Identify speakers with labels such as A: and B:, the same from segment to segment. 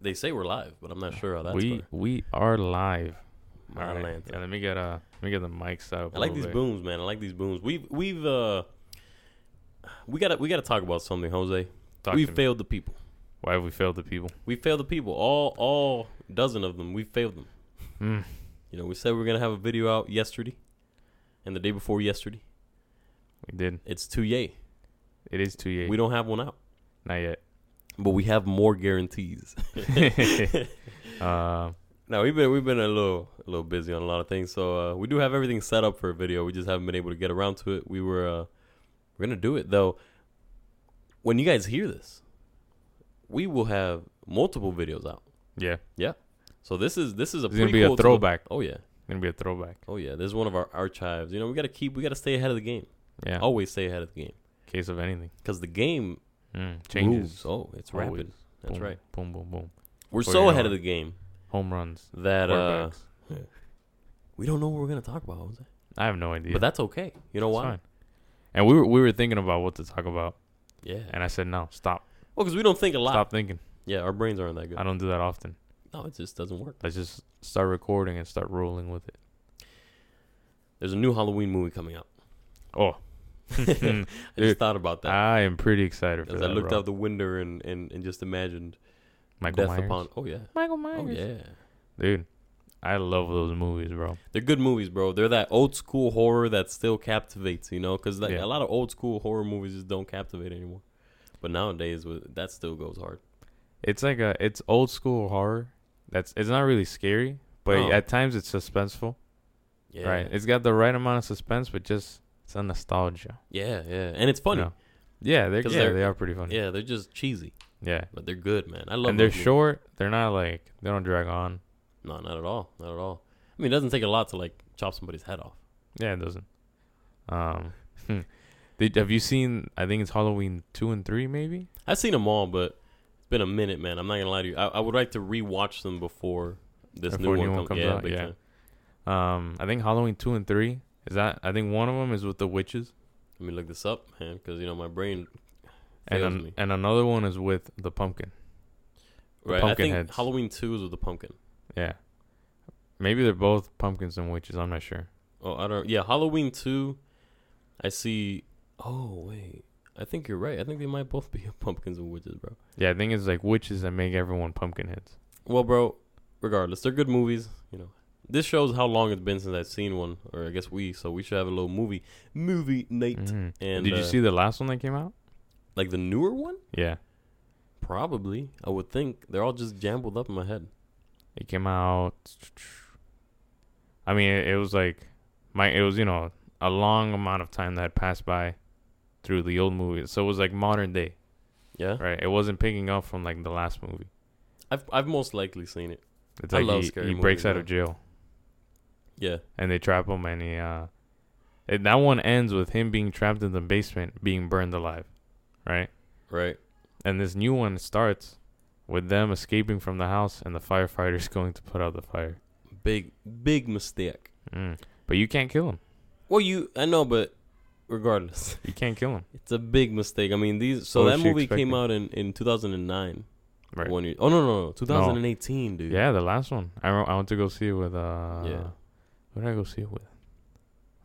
A: They say we're live, but I'm not sure how that's.
B: we
A: for.
B: we are live.
A: My
B: All right.
A: Atlanta.
B: Yeah, let me get uh let me get the mics up.
A: I like these booms, man. I like these booms. We've we've uh, we gotta we gotta talk about something, Jose. we
B: we failed.
A: failed the people.
B: Why have we failed the people?
A: We failed the people. All all dozen of them. We failed them.
B: Hmm.
A: You know, we said we are gonna have a video out yesterday, and the day before yesterday.
B: We did.
A: It's two yay.
B: It is two years.
A: We don't have one out,
B: Not yet.
A: but we have more guarantees.
B: Um,
A: No, we've been we've been a little a little busy on a lot of things. So uh, we do have everything set up for a video. We just haven't been able to get around to it. We were uh, we're gonna do it though. When you guys hear this, we will have multiple videos out.
B: yeah,
A: So this is this is a
B: it's gonna
A: prequel
B: be a
A: to the-
B: throwback.
A: oh yeah,
B: It's gonna be a throwback.
A: oh yeah. This is one of our archives. You know, we gotta keep we gotta stay ahead of the game.
B: Yeah. Oh,
A: Always stay ahead of the game
B: case of anything.
A: because the game
B: Mm, changes.
A: moves. Oh, it's
B: Always.
A: rapid. That's
B: Boom,
A: right.
B: Boom, boom, boom.
A: We're
B: Before
A: so
B: you
A: ahead
B: know
A: of the game
B: Home runs.
A: that uh,
B: quarterbacks.
A: we don't know what we're gonna talk about, Jose.
B: I have no idea.
A: But that's okay. You know
B: It's
A: why?
B: fine. And we were we were thinking about what to talk about,
A: Yeah.
B: and I said no, stop,
A: Well, because we don't think a lot.
B: stop thinking.
A: Yeah, our brains aren't that good.
B: I don't do that often.
A: No, it just doesn't work.
B: Let's just start recording and start rolling with it.
A: There's a new Halloween movie coming out.
B: Oh,
A: I just
B: Mm. Dude,
A: thought about that
B: I am pretty excited for
A: as
B: that.
A: I looked
B: bro.
A: out the window and, and, and just imagined
B: Michael
A: death
B: Myers.
A: upon. Oh yeah,
B: Michael
A: oh yeah.
B: Dude, I love those movies, bro.
A: They're good movies, bro. They're that old school horror that still captivates, you know, because like
B: Yeah.
A: a lot of old school horror movies just don't captivate anymore. But nowadays, with that still goes hard.
B: It's like a it's old school horror. That's it's not really scary, but
A: No.
B: at times it's suspenseful.
A: Oh. Yeah,
B: Right. It's got the right amount of suspense, but just it's a nostalgia.
A: yeah, yeah. And it's funny.
B: No. Yeah, they're
A: 'Cause
B: yeah,
A: they're-
B: they are pretty funny. Yeah.
A: Yeah, they're just cheesy, but they're good, man. I love.
B: And they're
A: those movies.
B: short. They're not like they don't drag on.
A: No, not at all. Not at all. I mean, it doesn't take a lot to like chop somebody's head off.
B: Yeah, it doesn't. Um did, have you seen I think it's Halloween 2 and 3 maybe?
A: I've seen them all, but it's been a minute, man. I'm not gonna lie to you. I, I would like to rewatch them before this
B: Before
A: new,
B: new
A: one,
B: one
A: comes.
B: comes
A: yeah,
B: out,
A: big
B: yeah.
A: time.
B: Um I think Halloween 2 and 3 is that I think one of them is with the witches.
A: Let me look this up, man, because you know my brain
B: and
A: fails
B: an-
A: me.
B: and another one is with the pumpkin. the
A: Right, I
B: pumpkin
A: think
B: heads.
A: Halloween two is with the pumpkin.
B: Yeah, maybe they're both pumpkins and witches. I'm not sure.
A: Oh, I don't. Yeah, Halloween two. I see. Oh wait, I think you're right. I think they might both be pumpkins and witches, bro.
B: Yeah, I think it's like witches that make everyone pumpkin heads.
A: Well, bro. Regardless, they're good movies. You know, this shows how long it's been since I've seen one, or I guess we. So we should have a little movie, movie night.
B: Mhm.
A: And
B: Did you
A: uh,
B: see the last one that came out?
A: like the newer one?
B: Yeah,
A: Probably. I would think they're all just jumbled up in my head.
B: it came out. I mean, it, it was like my it was you know a long amount of time that had passed by through the old movie, so it was like modern day,
A: Yeah.
B: right? It wasn't picking up from like the last movie.
A: I've I've most likely seen it.
B: It's
A: I
B: like
A: love
B: he,
A: scary
B: he breaks
A: movies,
B: out
A: man.
B: of jail
A: Yeah.
B: and they trap him, and he uh, and that one ends with him being trapped in the basement, being burned alive, right?
A: Right.
B: and this new one starts with them escaping from the house and the firefighters going to put out the fire.
A: Big big mistake.
B: Mm. But you can't kill him.
A: Well, you I know, but regardless,
B: You can't kill him.
A: it's a big mistake. I mean, these. So
B: What
A: that
B: was she
A: movie came
B: expecting?
A: out in in 2009.
B: Right.
A: One year. Oh no no no. 2018, dude.
B: Yeah, the last one. I re- I went to go see it with uh.
A: Yeah.
B: Who did I go see it with?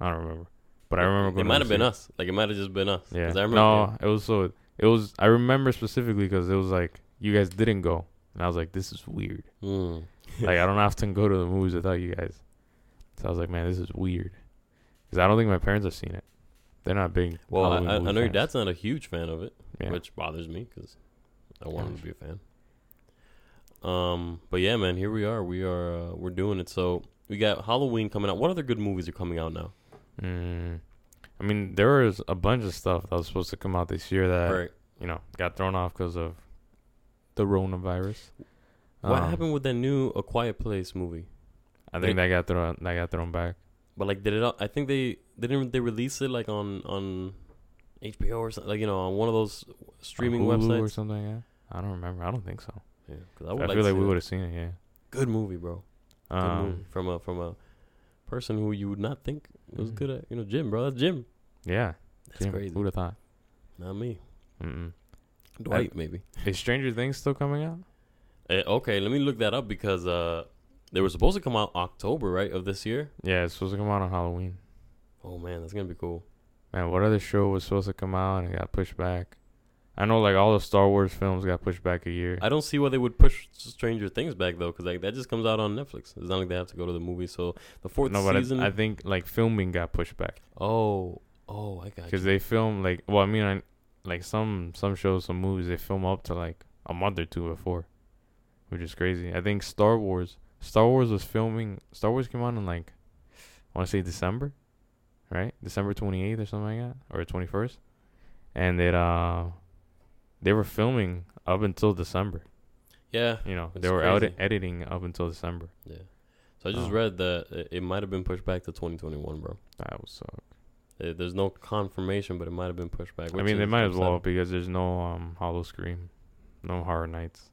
B: I don't remember. But I remember going.
A: It
B: to
A: might
B: go
A: have been
B: see
A: us. Like it might have just been us.
B: Yeah.
A: 'Cause I remember.
B: no, it was so. It was. I remember specifically because it was like you guys didn't go, and I was like, this is weird.
A: Mm.
B: like I don't often go to the movies without you guys. So I was like, man, this is weird. Because I don't think my parents have seen it. They're not big.
A: Well, I,
B: Halloween
A: I, I
B: movie
A: know your
B: fans.
A: dad's not a huge fan of it.
B: Yeah.
A: which bothers me because I want him
B: Yeah.
A: to be a fan. Um, but yeah, man, here we are. We are uh, we're doing it. So we got Halloween coming out. What other good movies are coming out now?
B: Mm, I mean, there was a bunch of stuff that was supposed to come out this year that
A: right.
B: you know got thrown off because of the coronavirus.
A: What
B: Um,
A: happened with that new A Quiet Place movie?
B: I think
A: they-
B: that got thrown. That got thrown back.
A: But like, did it? all- I think they they didn't they release it like on on HBO or something like you know on one of those streaming
B: on Hulu
A: websites.
B: or something. like that. I don't remember. I don't think so.
A: yeah, 'cause
B: I,
A: I, would like
B: feel like we would
A: would.
B: have seen it. Yeah.
A: Good movie, bro. Good movie
B: Um,
A: from a from a person who you would not think was
B: Mhm.
A: good at you know Jim, bro. That's Jim.
B: yeah.
A: That's crazy.
B: Who'd have thought?
A: Not me.
B: Mm-mm.
A: Dwight maybe.
B: Is Stranger Things still coming out?
A: Eh, okay, let me look that up because uh, they were supposed to come out October, right, of this year.
B: Yeah, it's supposed to come out on Halloween.
A: Oh man, that's gonna be cool.
B: Man, what other show was supposed to come out and it got pushed back? I know like all the Star Wars films got pushed back a year.
A: I don't see why they would push Stranger Things back though, because like that just comes out on Netflix. It's not like they have to go to the movie. So the fourth
B: no, but I-
A: season.
B: I think like filming got pushed back.
A: oh, oh, I got you.
B: because they film like well i mean I, like some some shows some movies they film up to like a month or two before which is crazy i think star wars star wars was filming star wars came out in like i want to say december right december 28th or something like that or 21st and it uh they were filming up until december
A: Yeah,
B: you know
A: That's
B: they were out
A: crazy.
B: editing up until december
A: yeah. So I just
B: Oh.
A: read that it, it might have been pushed back to 2021, bro.
B: that was so
A: Eh, there's no confirmation, but it might have been pushed back.
B: i
A: which
B: mean they
A: is
B: might as
A: upsetting.
B: well because there's no um hollow scream no horror nights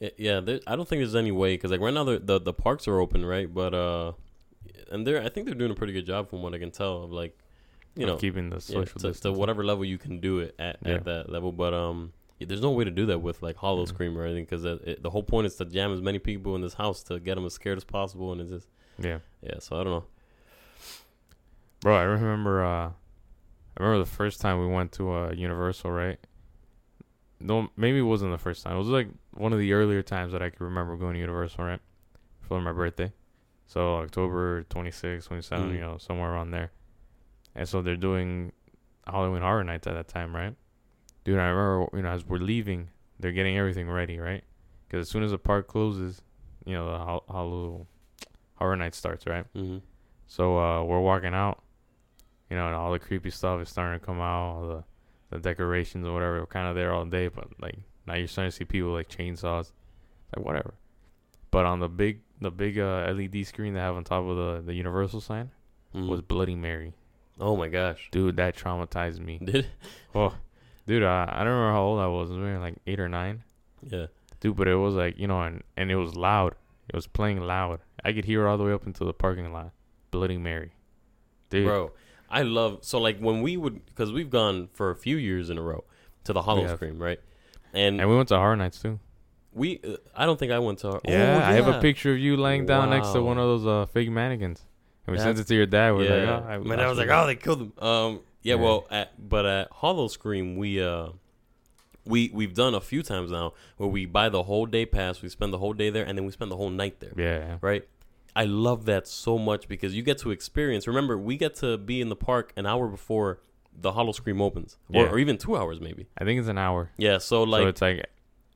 A: It, yeah, there, I don't think there's any way because like right now the, the the parks are open, right? But uh, and they're I think they're doing a pretty good job from what I can tell of like, you
B: of
A: know,
B: keeping the
A: yeah,
B: social
A: to, to
B: distance
A: whatever level you can do it at,
B: Yeah.
A: at that level. But um, yeah, there's no way to do that with like Hollow
B: Mhm.
A: Scream or anything because the whole point is to jam as many people in this house to get them as scared as possible, and it's just
B: yeah
A: yeah. So I don't know.
B: Bro, I remember uh I remember the first time we went to uh Universal, right? No maybe it wasn't the first time. It was like one of the earlier times that I could remember going to Universal, right? For my birthday. So October 26, 27,
A: Mhm.
B: you know, somewhere around there. And so they're doing Halloween Horror Nights at that time, right? Dude, I remember, you know, as we're leaving, they're getting everything ready, right? Because as soon as the park closes, you know, the Hall- Halloween Horror Night starts, right?
A: hmm
B: So uh, we're walking out, you know, and all the creepy stuff is starting to come out, all the, the decorations or whatever. We're kind of there all day, but like now you're starting to see people like chainsaws, like whatever. But on the big the big uh, LED screen they have on top of the the Universal sign
A: Mm. Mm-hmm.
B: was Bloody Mary,
A: oh my gosh,
B: dude. That traumatized me.
A: did
B: Oh, dude, I, I don't remember how old I was. We were like eight or nine,
A: yeah.
B: dude. But it was like you know, and and it was loud. It was playing loud. I could hear it all the way up into the parking lot. Bloody Mary, dude.
A: Bro, I love so like when we would because we've gone for a few years in a row to the Hollow
B: have.
A: Scream, right? And,
B: And we went to Horror Nights too.
A: we, uh, I don't think I went to. Our,
B: Yeah, I have a
A: picture.
B: picture of you laying down next to
A: Oh, Wow.
B: one of those uh, fake mannequins. And we sent
A: That's-
B: it to your dad. We
A: Yeah,
B: We're like, oh, I,
A: man, I was like, oh, they killed him. Um, yeah,
B: Yeah.
A: well, at, but at Hollow Scream, we uh, we we've done a few times now where we buy the whole day pass, we spend the whole day there, and then we spend the whole night there.
B: yeah,
A: right? I love that so much because you get to experience. Remember, we get to be in the park an hour before the Hollow Scream opens, or,
B: Yeah.
A: or even two hours maybe.
B: I think it's an hour.
A: Yeah, so like,
B: so it's like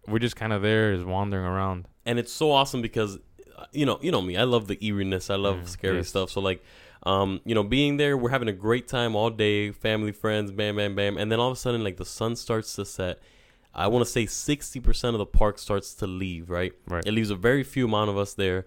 B: we're just kind of there, just wandering around.
A: and it's so awesome because uh, you know, you know me. I love the eeriness. I love
B: Mm,
A: scary
B: yes.
A: stuff. So like, um, you know, being there, we're having a great time all day, family, friends, bam, bam, bam, and then all of a sudden, like the sun starts to set. I want to say sixty percent of the park starts to leave. Right.
B: Right.
A: It leaves a very few amount of us there.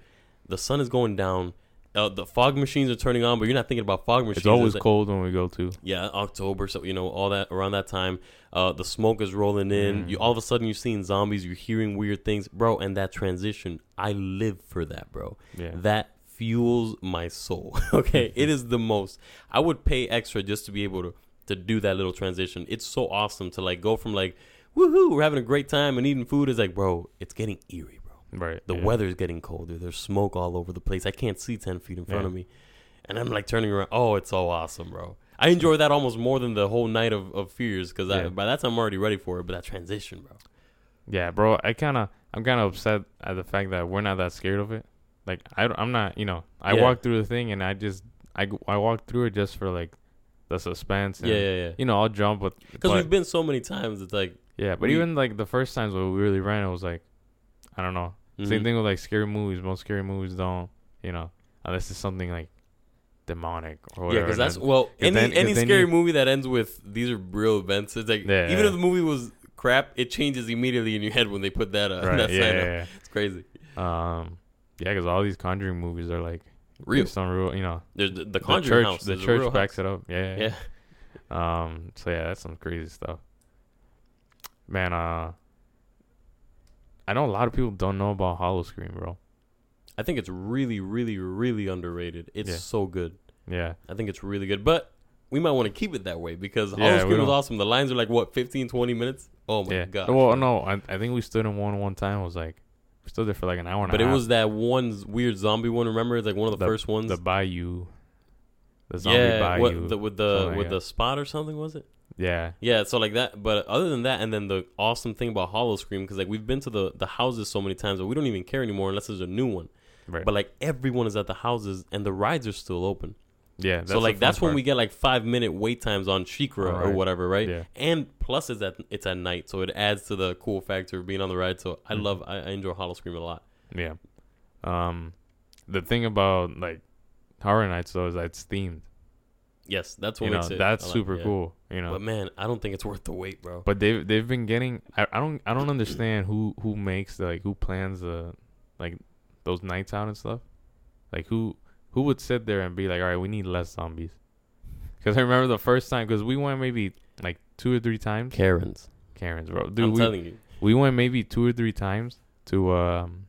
A: The sun is going down. Uh, the fog machines are turning on, but you're not thinking about fog machines.
B: It's always
A: like-
B: cold when we go to.
A: yeah, October. So you know all that around that time, uh, the smoke is rolling in. You all of a sudden you're seeing zombies. You're hearing weird things, bro. And that transition, I live for that, bro.
B: Yeah.
A: That fuels my soul. okay, it is the most. I would pay extra just to be able to to do that little transition. It's so awesome to like go from like, woohoo, we're having a great time and eating food. It's like, bro, it's getting eerie, bro.
B: right.
A: The
B: yeah.
A: weather is getting colder. There's smoke all over the place. I can't see 10 feet in front
B: Yeah.
A: of me. And I'm like turning around. Oh, it's so awesome, bro. I enjoy that almost more than the whole night of, of fears because
B: Yeah.
A: by that time I'm already ready for it. But that transition, bro.
B: Yeah, bro. I kind of, I'm kind of upset at the fact that we're not that scared of it. Like I, don't- I'm not. You know, I
A: Yeah.
B: walked through the thing and I just, I, g- I walked through it just for like the suspense. And,
A: Yeah, yeah, yeah.
B: You know, I'll jump, but
A: Because
B: but-
A: we've been so many times. It's like,
B: Yeah, but
A: We-
B: even like the first times when we really ran, it was like, I don't know.
A: mhm.
B: Same thing with like scary movies. Most scary movies don't, you know, unless it's something like demonic or
A: Yeah,
B: whatever.
A: because that's,
B: and
A: well, any,
B: then- 'cause
A: any
B: then
A: scary
B: you-
A: movie that ends with these are real events, it's like,
B: Yeah,
A: even
B: yeah.
A: if the movie was crap, it changes immediately in your head when they put that, uh,
B: then- right,
A: that
B: yeah,
A: sign up.
B: yeah,
A: It's crazy.
B: yeah. Um, yeah, because all these Conjuring movies are like
A: Real.
B: based on real, you know,
A: There's the, the
B: the
A: Conjuring
B: church.
A: House.
B: the
A: is a
B: church
A: real
B: backs
A: house.
B: it up. Yeah,
A: Yeah.
B: Um. So yeah, that's some crazy stuff. Man, uh, I know a lot of people don't know about Hollow Screen, bro.
A: I think it's really, really, really underrated. It's
B: Yeah.
A: so good.
B: Yeah,
A: I think it's really good. But we might want to keep it that way because
B: Yeah,
A: Hollow
B: we
A: Screen was
B: don't-
A: awesome. The lines are like, what, 15, 20 minutes? Oh my
B: yeah.
A: God.
B: Well, no, I, I think we stood in one one time. It was like stood there for like an hour and
A: But
B: a
A: it
B: half.
A: was that one z- weird zombie one. Remember, it's like one of the, first ones.
B: the bayou, the zombie
A: yeah,
B: bayou.
A: what, the, with the
B: something like
A: with
B: that.
A: the spot or something was it?
B: yeah,
A: Yeah, so like that. But other than that, and then the awesome thing about Hollow Scream, because like we've been to the the houses so many times that we don't even care anymore unless there's a new one.
B: right.
A: But like everyone is at the houses and the rides are still open.
B: yeah, that's
A: so
B: the
A: like
B: fun
A: that's when
B: part.
A: we get like five minute wait times on Shikra or
B: Right.
A: whatever, right?
B: Yeah.
A: And plus it's at it's at night, so it adds to the cool factor of being on the ride. So I
B: Mhm.
A: love I, I enjoy Hollow Scream a lot.
B: Yeah. Um, the thing about like Horror Nights though is that it's themed.
A: Yes, that's what
B: You know,
A: makes it. I
B: that's
A: like-
B: super
A: yeah.
B: cool. You know,
A: But man, I don't think it's worth the wait, bro.
B: but they've they've been getting. I, I don't I don't understand who who makes the, like who plans the like those nights out and stuff. Like who who would sit there and be like, all right, we need less zombies. Because I remember the first time, because we went maybe like two or three times.
A: Karens,
B: Karen's, bro, dude,
A: I'm
B: we,
A: telling you.
B: we went maybe two or three times to um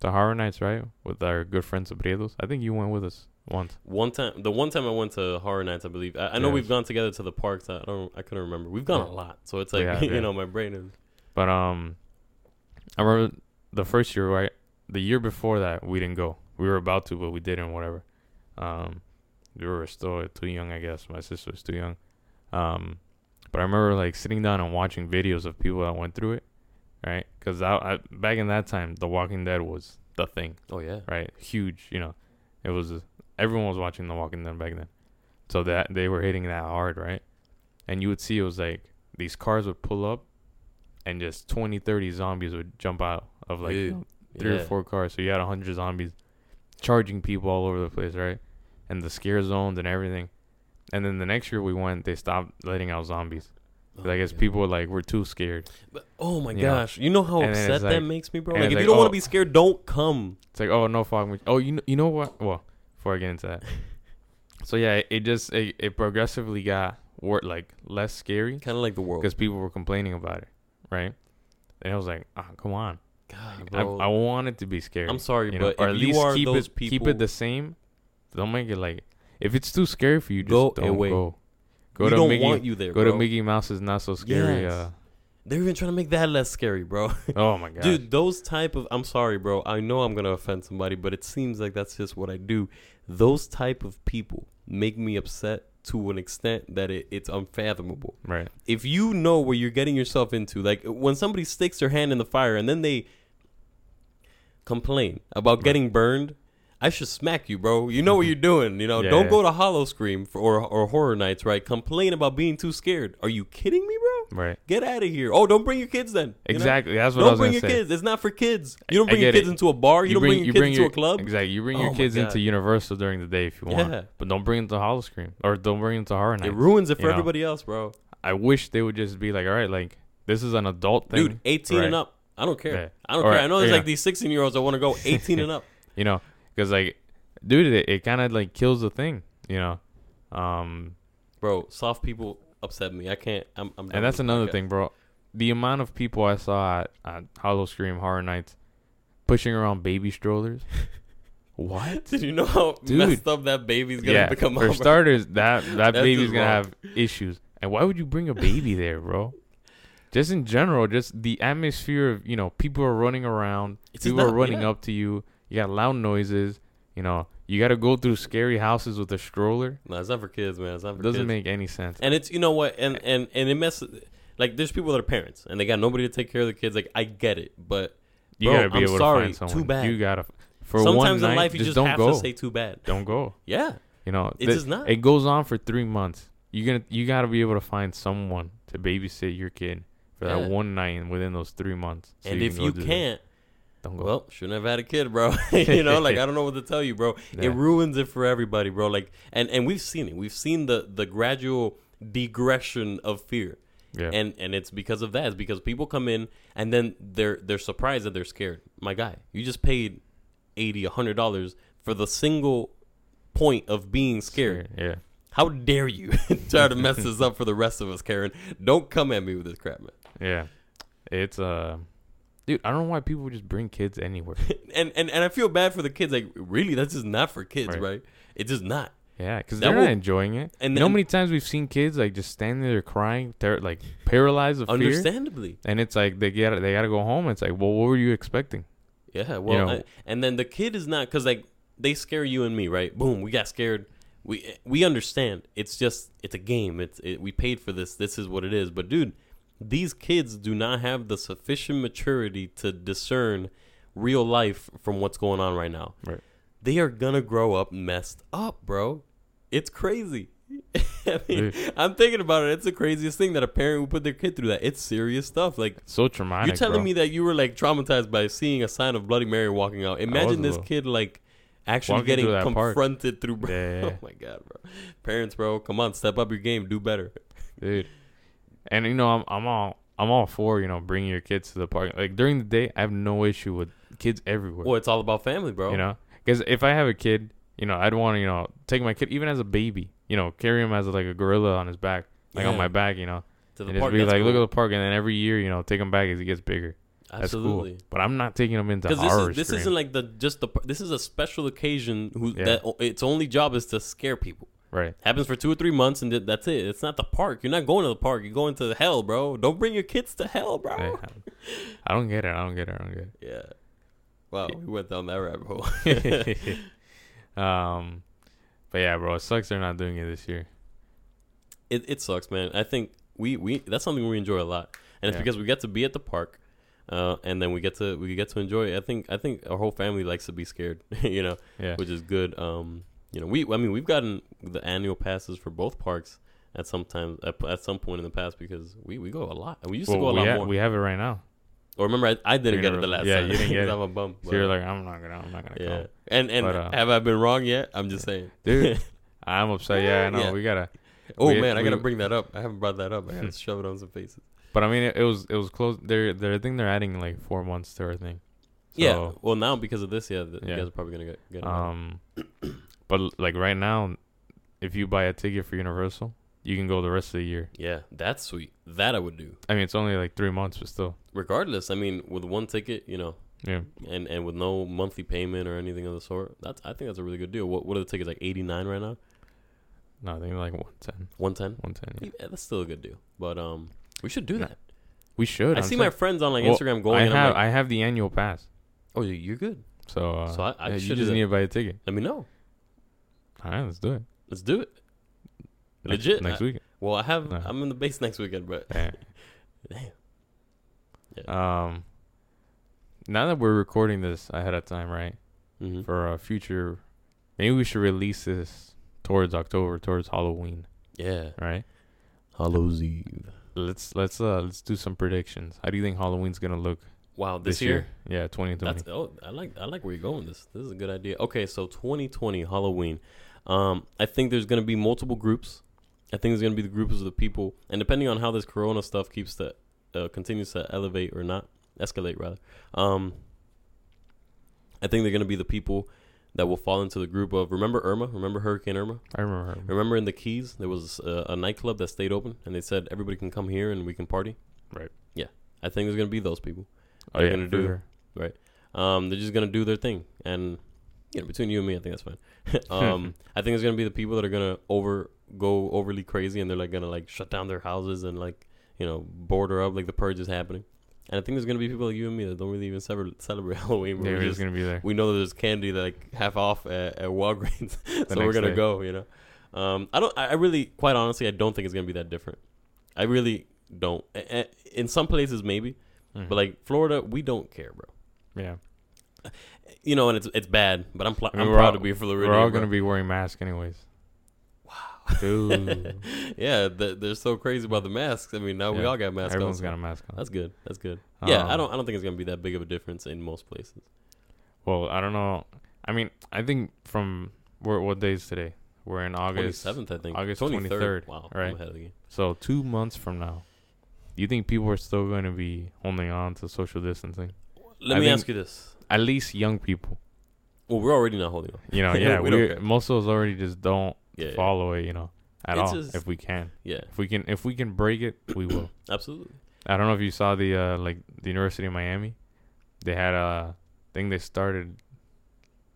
B: to Horror Nights, right? With our good friend Sabriedos. I think you went with us once.
A: One time, the one time I went to Horror Nights, I believe. I, I know
B: Yes.
A: we've gone together to the parks. I don't, I couldn't remember. We've gone a lot, so it's like
B: Yeah,
A: you
B: yeah.
A: know, my brain is.
B: But um I remember the first year, right? The year before that we didn't go. We were about to, but we didn't, whatever. Um we were still too young, I guess. My sister was too young. Um but I remember like sitting down and watching videos of people that went through it, right? Cuz I, I back in that time, The Walking Dead was the thing.
A: Oh yeah,
B: right? Huge, you know. It was everyone was watching The Walking Dead back then, so that they were hitting that hard, right? And you would see it was like these cars would pull up, and just 20, 30 zombies would jump out of like
A: Yeah.
B: three
A: Yeah.
B: or four cars. So you had hundred zombies charging people all over the place, right? And the scare zones and everything. And then the next year we went, they stopped letting out zombies. 'Cause
A: Oh,
B: I guess
A: yeah.
B: people were like, we're too scared.
A: But, oh my
B: You know?
A: gosh, you know how
B: And then
A: upset
B: it's
A: that
B: like-
A: makes me, bro.
B: and
A: Like if
B: it's
A: you
B: like,
A: don't want to
B: oh.
A: be scared, don't come.
B: It's like, oh no, fuck me. Oh, you know, you know what? Well, before I get into that, so yeah, it, it just it, it progressively got wor- like less scary
A: Kind of like the world.
B: because people were complaining about it, right? And I was like, ah, come on,
A: God,
B: I,
A: bro.
B: I want it to be scary.
A: I'm sorry,
B: you know?
A: but if you are
B: keep
A: those
B: it
A: people,
B: keep it the same. Don't make it like if it's too scary for you, just
A: Go
B: don't
A: away.
B: go. Go
A: we
B: to
A: don't
B: Mickey.
A: want you there,
B: go
A: bro.
B: to Mickey Mouse is not so scary.
A: Yes.
B: Uh,
A: They're even trying to make that less scary, bro.
B: oh my god,
A: Dude, those type of I'm sorry, bro. I know I'm gonna offend somebody, but it seems like that's just what I do. Those type of people make me upset to an extent that it, it's unfathomable.
B: right?
A: If you know where you're getting yourself into, like when somebody sticks their hand in the fire and then they complain about
B: Right.
A: getting burned, I should smack you, bro. You know what you're doing. You know,
B: Yeah,
A: don't
B: yeah.
A: go to Hollow Scream for, or or Horror Nights, right? Complain about being too scared. Are you kidding me, bro?
B: Right.
A: Get out of here. Oh, don't bring your kids then. You know?
B: Exactly. That's what I
A: don't
B: was
A: bring
B: gonna
A: your
B: say.
A: kids. It's not for kids. You don't
B: I
A: bring your
B: get
A: kids
B: it.
A: into a bar. You, don't bring, your kids into a club.
B: Exactly. You bring
A: Oh
B: your
A: my
B: kids
A: God.
B: into Universal during the day if you want,
A: Yeah.
B: but don't bring them to Hollow Scream or don't bring them to Horror Nights.
A: It ruins it for
B: You know.
A: everybody else, bro.
B: I wish they would just be like, all right, like this is an adult thing,
A: Dude, 18 and
B: Right.
A: up. I don't care.
B: Yeah.
A: I don't
B: Or,
A: care. I know there's
B: yeah.
A: like these 16 year olds that want to go 18 and up.
B: you know, because like, dude, it, it kind of like kills the thing, you know. Um,
A: Bro, soft people upset me. I can't. I'm, I'm done
B: and that's
A: with
B: another
A: podcasts.
B: thing, bro. The amount of people I saw at, at Hollow Scream Horror Nights pushing around baby strollers. what?
A: Did you know how
B: Dude.
A: messed up that baby's going to
B: yeah,
A: become?
B: for
A: bro?
B: starters, that that
A: That's
B: baby's
A: just
B: gonna
A: wrong.
B: have issues. And why would you bring a baby there, bro? Just in general, just the atmosphere of you know people are running around,
A: It's just
B: people are
A: not-
B: running
A: yeah.
B: up to you. You got loud noises. You know, you got to go through scary houses with a stroller.
A: No, it's not for kids, man. It's not for
B: It doesn't
A: kids.
B: make any sense.
A: And it's you know what, and and and it messes. Like there's people that are parents and they got nobody to take care of the kids. Like I get it, but
B: You
A: Bro,
B: gotta be
A: I'm
B: able
A: sorry.
B: to find someone.
A: Too bad.
B: You gotta for one
A: sometimes
B: night.
A: in life you
B: just,
A: just,
B: don't
A: have
B: go.
A: to say too bad.
B: don't go.
A: Yeah,
B: You know,
A: It
B: thi-
A: does not.
B: It goes on for three months. You gonna you gotta be able to find someone to babysit your kid for
A: Yeah.
B: that one night and within those three months. So
A: and if
B: go
A: you
B: do that.
A: can't,
B: don't go.
A: Well, shouldn't have had a kid, bro. you know, like I don't know what to tell you, bro. It
B: Yeah.
A: ruins it for everybody, bro. Like, and and we've seen it. We've seen the the gradual degression of fear,
B: yeah,
A: and and it's because of that. It's because people come in and then they're they're surprised that they're scared. My guy, you just paid eighty, a hundred dollars for the single point of being scared.
B: Yeah,
A: How dare you try to mess this up for the rest of us, Karen? Don't come at me with this crap, man.
B: yeah. It's uh, dude. I don't know why people just bring kids anywhere.
A: And and and I feel bad for the kids. Like, really, that's just not for kids, right?
B: Right.
A: It's just not.
B: Yeah, because
A: That
B: they're
A: will-
B: not enjoying it.
A: and
B: And you know how
A: then-
B: many times we've seen kids like just standing there crying, they're like paralyzed of fear,
A: Understandably.
B: and it's like they get they gotta go home. It's like, well, what were you expecting?
A: Yeah, well,
B: know-
A: I- and then the kid is not because like they scare you and me, right? Boom, we got scared. We we understand. It's just it's a game. It's it, we paid for this. This is what it is. But dude, these kids do not have the sufficient maturity to discern real life from what's going on right now.
B: Right.
A: They are gonna grow up messed up, bro. It's crazy. I mean, I'm thinking about it. It's the craziest thing that a parent would put their kid through that. It's serious stuff. Like
B: So traumatic.
A: you're telling
B: bro.
A: me that you were like traumatized by seeing a sign of Bloody Mary walking out.
B: was
A: Imagine
B: a
A: this
B: little.
A: kid like actually
B: Walking
A: getting
B: through that park.
A: confronted through. Bro.
B: Yeah, yeah, yeah.
A: Oh my god, bro! Parents, bro, come on, step up your game, do better.
B: dude. And you know, I'm I'm all I'm all for you know bringing your kids to the park. Like during the day, I have no issue with kids everywhere.
A: Well, it's all about family, bro.
B: You know, because if I have a kid, you know, I'd want to you know take my kid even as a baby. You know, carry him as like a gorilla on his back, like on
A: Yeah.
B: my back. You know,
A: to the
B: and
A: park.
B: just be
A: that's
B: like, look at
A: cool.
B: the park, and then every year, you know, take him back as he gets bigger. That's
A: absolutely.
B: cool. But I'm not taking him into
A: Because
B: horror.
A: this, is, this
B: screen.
A: isn't like the just the par- this is a special occasion who
B: Yeah.
A: that o- its only job is to scare people.
B: right.
A: Happens for two or three months and th- that's it. It's not the park. You're not going to the park. You're going to hell, bro. Don't bring your kids to hell, bro.
B: Yeah. I don't get it. I don't get it. I don't get it.
A: Yeah. Wow, we went down that rabbit hole.
B: um, but yeah, bro, it sucks they're not doing it this year.
A: it, it sucks, man. I think we, we that's something we enjoy a lot, and it's
B: Yeah.
A: because we get to be at the park, uh, and then we get to we get to enjoy. It. I think I think our whole family likes to be scared, you know,
B: Yeah,
A: which is good. Um, you know, we I mean we've gotten the annual passes for both parks at sometimes at, at some point in the past because we, we go a lot. We used to go
B: Well,
A: a
B: we,
A: lot
B: ha-
A: more.
B: we have it right now.
A: or remember, I, I didn't
B: We
A: get it
B: never-
A: the last
B: yeah,
A: time.
B: you didn't
A: 'cause
B: get it.
A: I'm a bum.
B: So
A: but-
B: you're like, I'm not gonna, I'm not gonna
A: yeah,
B: come,
A: and and
B: But, uh,
A: have I been wrong yet? I'm just saying.
B: dude. I'm upset. Yeah, I know.
A: Yeah.
B: We gotta.
A: Oh
B: We-
A: man, I gotta
B: we-
A: bring that up. I haven't brought that up. I gotta shove it on some faces.
B: But I mean, it, it was it was close. They're they're I think they're adding like four months to our thing.
A: yeah.
B: So,
A: Well, now because of this, yeah, th- you
B: Yeah.
A: guys are probably gonna get. get it.
B: Um, but l- like right now, if you buy a ticket for Universal, you can go the rest of the year.
A: yeah, that's sweet. That I would do.
B: I mean, it's only like three months, but still.
A: Regardless, I mean, with one ticket, you know,
B: Yeah.
A: and and with no monthly payment or anything of the sort, that's I think that's a really good deal. What what are the tickets like? Eighty nine right now,
B: No, I think like 110.
A: one ten.
B: 110. Yeah.
A: Yeah, that's still a good deal. But um, we should do
B: Yeah,
A: that.
B: We should.
A: I
B: I'm
A: see
B: saying.
A: my friends on like
B: Well,
A: Instagram going.
B: I
A: and
B: have
A: I'm like,
B: I have the annual pass.
A: oh, you- you're good.
B: So, uh,
A: So I- I
B: yeah,
A: should
B: you
A: do
B: just
A: that.
B: need to buy a ticket.
A: Let me know.
B: All right, let's do it.
A: Let's do it.
B: Next-
A: Legit,
B: Next
A: I-
B: week.
A: Well, I have.
B: Nah.
A: I'm in the base next weekend, but
B: Yeah.
A: Damn.
B: Um, now that we're recording this ahead of time, right?
A: Mhm.
B: For a future, maybe we should release this towards October, towards Halloween,
A: yeah,
B: right?
A: Hallows Eve.
B: Let's let's uh let's do some predictions. How do you think Halloween's gonna look
A: Wow, this,
B: this, year? Yeah, twenty twenty.
A: That's oh, I like I like where you're going. with This this is a good idea. Okay, so 2020 Halloween. Um, I think there's going to be multiple groups. I think there's going to be the groups of the people, and depending on how this Corona stuff keeps to uh, continues to elevate or not escalate rather. Um, I think they're going to be the people that will fall into the group of remember Irma, remember Hurricane Irma.
B: I remember. her.
A: Remember in the Keys, there was uh, a, a nightclub that stayed open, and they said everybody can come here and we can party.
B: Right.
A: Yeah, I think there's going to be those people.
B: Oh
A: They're
B: yeah,
A: gonna
B: for
A: do-
B: sure.
A: Um, they're just gonna do their thing, and you know, between you and me, I think that's fine. um, I think it's gonna be the people that are gonna over go overly crazy, and they're like gonna like shut down their houses and like you know border up like the purge is happening. And I think there's gonna be people like you and me that don't really even sever- celebrate Halloween. but
B: They
A: we're
B: were just
A: just-
B: gonna be there.
A: we know that there's candy like half off at, at Walgreens, so we're
B: next
A: gonna
B: day.
A: go. You know, um, I don't. I I really, quite honestly, I don't think it's gonna be that different. I really don't. A- a- In some places, maybe,
B: Mhm.
A: but like Florida, we don't care, bro
B: yeah,
A: you know, and it's it's bad. But I'm pl-
B: I mean,
A: I'm
B: we're
A: proud
B: all-
A: to be a Floridian.
B: we're all
A: bro.
B: gonna be wearing masks anyways. Wow, dude,
A: yeah, th- they're so crazy about the masks. I mean, now we
B: Yeah,
A: all got masks.
B: everyone's
A: on, so
B: got a mask on.
A: That's good. That's good. yeah, I
B: Um,
A: don't I don't think it's gonna be that big of a difference in most places.
B: Well, I don't know. I mean, I think from we're, what day is today? We're in
A: Twenty
B: August.
A: seventh, I think.
B: August 23rd,
A: Wow,
B: right.
A: I'm ahead of the game.
B: So two months from now, you think people are still going to be holding on to social distancing?
A: Let
B: I
A: me
B: think-
A: ask you this.
B: At least young people.
A: Well, we're already not holding on.
B: You know,
A: We
B: yeah.
A: don't
B: we
A: care.
B: most of us already just don't
A: Yeah, yeah,
B: follow it. You know, at
A: It's
B: all.
A: just-
B: if we can,
A: yeah,
B: if we can, if we can break it, we will.
A: absolutely.
B: I don't know if you saw the uh, like the University of Miami. They had a thing they started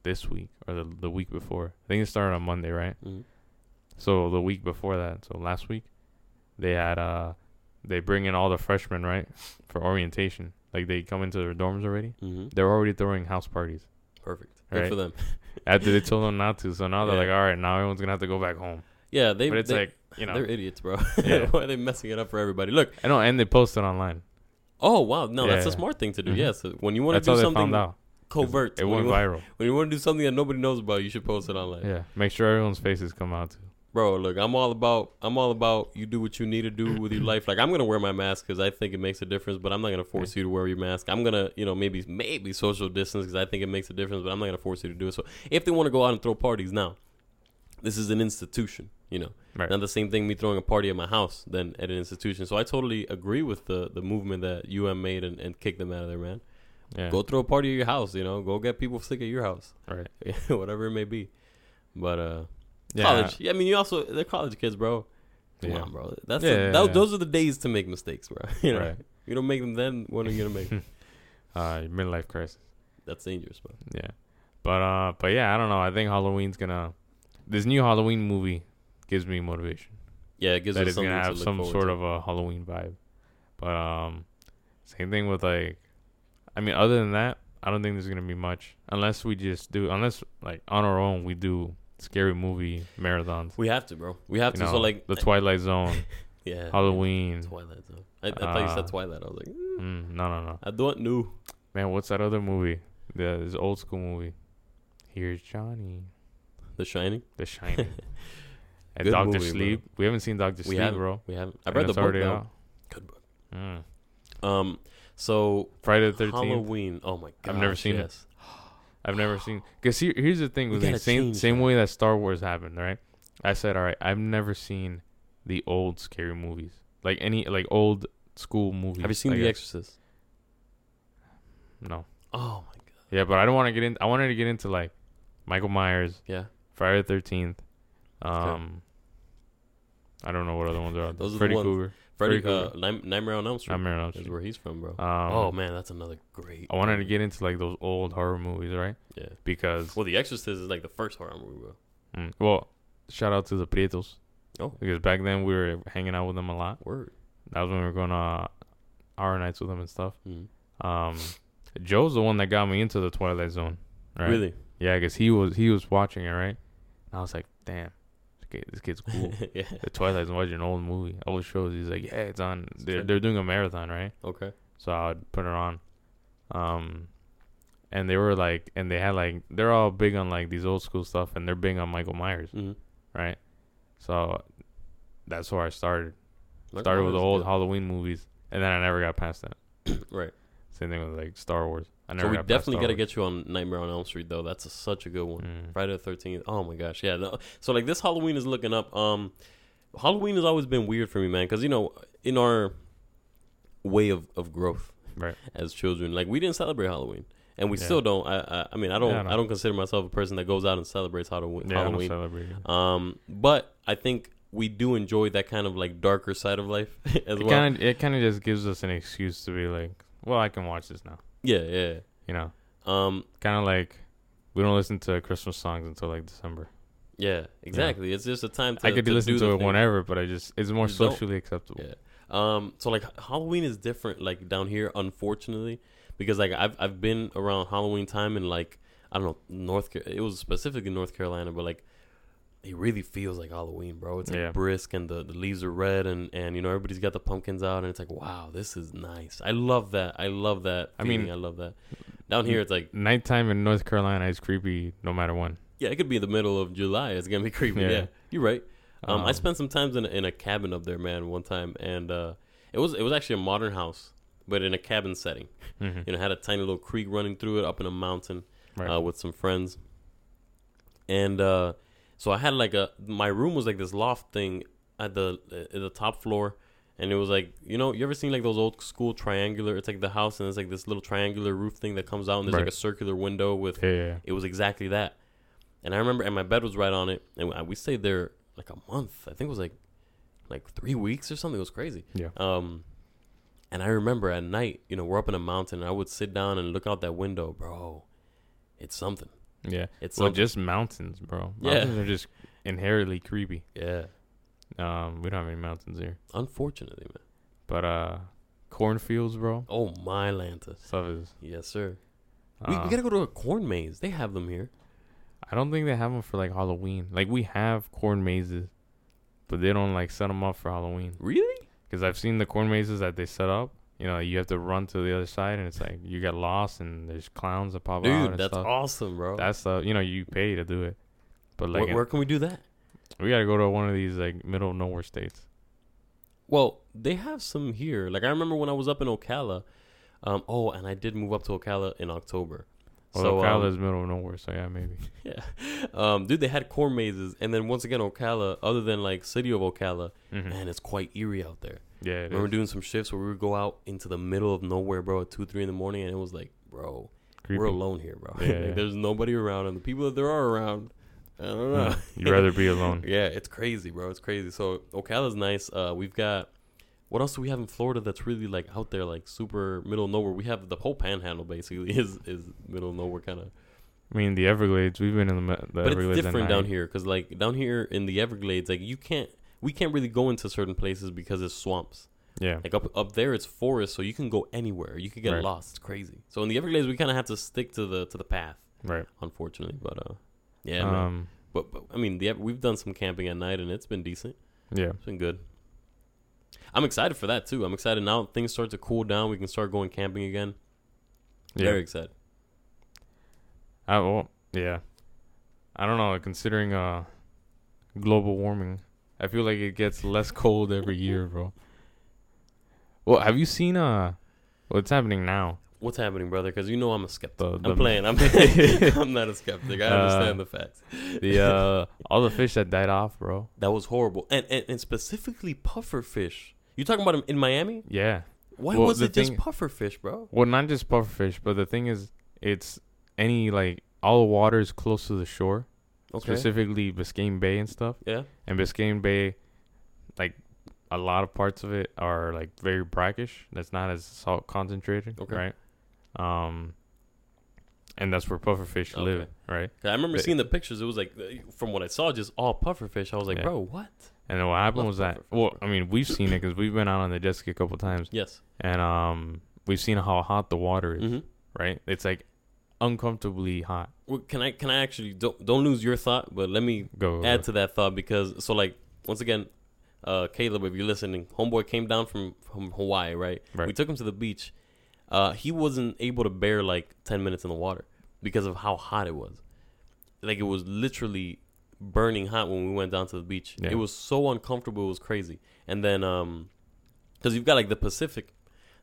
B: this week or the the week before. I think it started on Monday, right?
A: hmm
B: So the week before that, so last week, they had uh, they bring in all the freshmen right for orientation. like they come into their dorms already,
A: Mm-hmm.
B: they're already throwing house parties
A: Perfect. Good
B: Right.
A: for them.
B: after they told them not to. So now they're
A: Yeah.
B: like, all right, now everyone's gonna have to go back home.
A: Yeah, they.
B: but it's
A: they,
B: like you know,
A: they're idiots, bro.
B: Yeah.
A: Why are they messing it up for everybody? Look.
B: I know, and they post it online.
A: Oh wow, no, that's a
B: Yeah.
A: smart thing to do.
B: Mhm.
A: Yes, when you want
B: That's
A: to
B: how
A: do
B: they found
A: something
B: out.
A: covert,
B: It
A: when,
B: went
A: you want,
B: viral.
A: when you want to do something that nobody knows about, you should post it online.
B: Yeah, make sure everyone's faces come out too.
A: Bro, look, I'm all about I'm all about you do what you need to do with your life. Like I'm gonna wear my mask because I think it makes a difference, but I'm not gonna force you to wear your mask. I'm gonna, you know, maybe maybe social distance because I think it makes a difference, but I'm not gonna force you to do it. So if they want to go out and throw parties now, this is an institution, you know,
B: Right.
A: not the same thing me throwing a party at my house than at an institution. So I totally agree with the the movement that UM made and, and kick them out of there, man.
B: Yeah,
A: Go throw a party at your house, you know, go get people sick at your house,
B: right.
A: whatever it may be. But uh,
B: Yeah,
A: college. Yeah, I mean, you also they're college kids, bro. Come
B: Yeah.
A: on, bro. That's
B: Yeah,
A: the-
B: yeah,
A: that-
B: yeah.
A: those are the days to make mistakes, bro. you know,
B: right.
A: you don't make them then. When are you gonna make? them?
B: Uh, midlife crisis.
A: That's dangerous, bro.
B: Yeah, but uh, but yeah, I don't know. I think Halloween's gonna. This new Halloween movie gives me motivation.
A: Yeah, it gives
B: that
A: us
B: it's
A: something
B: gonna
A: to
B: have
A: look
B: some
A: forward
B: sort
A: to.
B: of a Halloween vibe. But um, same thing with like, I mean, other than that, I don't think there's gonna be much unless we just do unless like on our own we do scary movie marathons.
A: We have to, bro. We have
B: You
A: to.
B: know,
A: so like,
B: the Twilight Zone,
A: yeah,
B: Halloween.
A: Twilight Zone. I, I thought you said
B: Uh,
A: Twilight. I was like, mm,
B: Mm, no, no, no,
A: I don't know.
B: man. What's that other movie? The this old school movie. Here's Johnny,
A: The Shining.
B: The Shining, and
A: Good movie,
B: Doctor
A: bro.
B: Sleep. We haven't seen Doctor
A: We
B: Sleep,
A: haven't.
B: bro.
A: We haven't. I
B: And
A: read the
B: it's
A: book.
B: already
A: Though.
B: out.
A: Good book.
B: Mm.
A: Um. So
B: Friday the Thirteenth.
A: Halloween. Oh my god.
B: I've never seen it.
A: yes.
B: I've never seen. Cause here, here's the thing
A: We
B: with me.
A: gotta
B: Same
A: change
B: same
A: that.
B: way that Star Wars happened, right? I said, all right, I've never seen the old scary movies, like any like old school movies.
A: Have you seen
B: I
A: The
B: guess.
A: Exorcist?
B: No.
A: Oh my god.
B: Yeah, but I don't want to get in. I wanted to get into like Michael Myers,
A: Yeah.
B: Friday the Thirteenth. Um, I don't know what other ones are. out there.
A: Those are the
B: Freddy
A: ones.
B: Krueger.
A: Freddy,
B: Freddy
A: uh, Nightm- Nightmare on Elm Street.
B: Nightmare on Elm
A: That's
B: Street.
A: where he's from, bro.
B: Um,
A: oh man, that's another great.
B: I wanted to get into like those old horror movies, right?
A: Yeah.
B: Because
A: Well, The Exorcist is like the first horror movie, bro.
B: mm, well, shout out to the Prietos.
A: Oh.
B: Because back then we were hanging out with them a lot.
A: Word.
B: That was when we were going to hour nights with them and stuff.
A: Mm-hmm.
B: Um, Joe's the one that got me into the Twilight Zone, right?
A: Really?
B: Yeah, because he was he was watching it, right? And I was like, damn, this, kid, this kid's cool.
A: yeah.
B: the Twilight Zone watching an old movie, old shows. He's like, yeah, it's on. They're
A: trendy.
B: they're doing a marathon, right?
A: Okay.
B: So I would put it on. Um, and they were like, and they had like, they're all big on like these old school stuff, and they're big on Michael Myers,
A: Mm-hmm.
B: right? So that's where I started. Started with the old Halloween movies, and then I never got past that.
A: Right.
B: Same thing with like Star Wars. I never
A: So we
B: got past
A: definitely
B: Star
A: got to
B: Wars.
A: get you on Nightmare on Elm Street, though. That's a, such a good one.
B: Mm.
A: Friday the Thirteenth. Oh my gosh, yeah. no- So like this Halloween is looking up. Um, Halloween has always been weird for me, man, because you know, in our way of of growth,
B: Mm, Right.
A: as children, like we didn't celebrate Halloween, and we
B: Yeah.
A: still don't. I, I I mean, I don't.
B: Yeah, I
A: I,
B: know.
A: don't. consider myself a person that goes out and celebrates Halloween.
B: Yeah, I don't
A: Halloween.
B: celebrate it.
A: Um, but I think we do enjoy that kind of like darker side of life as
B: It
A: well.
B: kind of it kind of just gives us an excuse to be like, well, I can watch this now.
A: yeah, yeah.
B: You know,
A: Um,
B: kind of like we don't listen to Christmas songs until like December.
A: yeah, exactly. It's just a time to
B: I could
A: to
B: listen
A: do
B: to
A: the
B: it
A: thing.
B: whenever, but I just it's more
A: Just don't.
B: socially acceptable.
A: Yeah. Um, so like Halloween is different like down here, unfortunately, because like I've I've been around Halloween time and like I don't know North Car- it was specifically North Carolina, but like it really feels like Halloween, bro. It's like
B: Yeah.
A: brisk and the, the leaves are red and and you know everybody's got the pumpkins out and it's like wow this is nice. I love that. I love that.
B: I mean-
A: feeling. I love that. Down here, it's like
B: Nighttime in North Carolina is creepy no matter when.
A: yeah, it could be the middle of July. It's gonna be creepy.
B: Yeah.
A: Yeah, you're right. Um, I
B: Um,
A: spent some times in a, in a cabin up there, man. One time, and uh, it was it was actually a modern house, but in a cabin setting.
B: Mhm.
A: You know, had a tiny little creek running through it up in a mountain
B: Right.
A: uh, with some friends, and uh, so I had like a my room was like this loft thing at the at the top floor. And it was like you know you ever seen like those old school triangular? It's like the house and it's like this little triangular roof thing that comes out and there's
B: Right.
A: like a circular window with
B: yeah, yeah, yeah.
A: it was exactly that. And I remember, and my bed was right on it, and I- we stayed there like a month. I think it was like like three weeks or something. It was crazy.
B: Yeah.
A: Um, and I remember at night, you know, we're up in a mountain, and I would sit down and look out that window, bro. It's something.
B: yeah.
A: It's
B: Well,
A: something.
B: just mountains, bro.
A: Yeah.
B: Mountains are just inherently creepy.
A: yeah.
B: Um, we don't have any mountains here,
A: Unfortunately, man.
B: but uh, cornfields, bro.
A: Oh my Lanta.
B: Stuff is.
A: Yes, sir. we,
B: uh,
A: we gotta go to a corn maze. They have them here.
B: I don't think they have them for like Halloween. Like we have corn mazes, but they don't like set them up for Halloween.
A: Really?
B: Because I've seen the corn mazes that they set up. You know, you have to run to the other side, and it's like you get lost, and there's clowns that pop out.
A: Dude,
B: and
A: that's
B: stuff.
A: awesome, bro.
B: That's stuff. You know, you pay to do it. But like,
A: where,
B: in-
A: where can we do that?
B: we gotta go to one of these like middle of nowhere states.
A: Well, they have some here. Like I remember when I was up in Ocala. Um, oh, and I did move up to Ocala in October.
B: Well,
A: um,
B: Ocala is middle of nowhere, so yeah, maybe.
A: yeah. Um, dude, they had corn mazes, and then once again, Ocala. Other than like city of Ocala,
B: Mhm.
A: man, it's quite eerie out there.
B: Yeah, it
A: We were
B: is.
A: doing some shifts where we would go out into the middle of nowhere, bro, at two, three in the morning, and it was like, bro,
B: Creepy.
A: we're alone here, bro.
B: Yeah,
A: Like,
B: yeah.
A: there's nobody around, and the people that there are around, I don't know.
B: Mm. You'd rather be alone.
A: Yeah, it's crazy, bro. It's crazy. So Ocala's nice. Uh, we've got what else do we have in Florida that's really like out there, like super middle of nowhere? We have the whole Panhandle basically is is middle of nowhere kind of,
B: I mean, the Everglades. We've been in the, me- the
A: but
B: Everglades.
A: it's
B: at
A: different down
B: night.
A: here because like down here in the Everglades, like you can't we can't really go into certain places because it's swamps.
B: Yeah.
A: Like up up there, it's forest, so you can go anywhere. You could get
B: Right.
A: lost. It's crazy. So in the Everglades, we kind of have to stick to the to the path,
B: Right.
A: unfortunately. But uh, yeah, man.
B: um.
A: But, but I mean, the, Ev- we've done some camping at night, and it's been decent.
B: Yeah.
A: It's been good. I'm excited for that too. I'm excited now. Things start to cool down. We can start going camping again.
B: Yeah.
A: Very excited.
B: I well, yeah. I don't know. Considering uh, global warming, I feel like it gets less cold every year, bro. Well, have you seen uh, what's happening now?
A: What's happening, brother? Because you know I'm a skeptic.
B: The the,
A: I'm playing. I'm, I'm not a skeptic. I
B: Uh,
A: understand the facts.
B: the uh, all the fish that died off, bro.
A: That was horrible. And and, and specifically puffer fish. You talking about 'em in Miami?
B: Yeah.
A: Why
B: Well,
A: was
B: the
A: it just
B: thing-
A: puffer fish, bro?
B: Well, not just pufferfish, but the thing is, it's any like all the water is close to the shore,
A: Okay.
B: specifically Biscayne Bay and stuff.
A: Yeah.
B: And Biscayne Bay, like a lot of parts of it are like very brackish. That's not as salt concentrated,
A: Okay.
B: right? Um, and that's where pufferfish
A: Okay.
B: live, right?
A: 'Cause I remember
B: They-
A: seeing the pictures. It was like, uh, from what I saw, just all puffer fish. I was like,
B: Yeah.
A: bro, what?
B: And then what happened
A: Love
B: was that,
A: pufferfish,
B: well,
A: bro.
B: I mean, we've seen it because we've been out on the jet ski a couple times,
A: Yes.
B: and um, we've seen how hot the water is,
A: hmm
B: right? It's like uncomfortably hot.
A: Well, can I can I actually don't don't lose your thought, but let me
B: Go. go,
A: add
B: go.
A: to that thought because so like once again, uh, Caleb, if you're listening, homeboy came down from from Hawaii, right?
B: Right.
A: We took him to the beach. Uh, he wasn't able to bear like ten minutes in the water because of how hot it was. Like it was literally burning hot when we went down to the beach.
B: Yeah.
A: It was so uncomfortable. It was crazy. And then um, because you've got like the Pacific,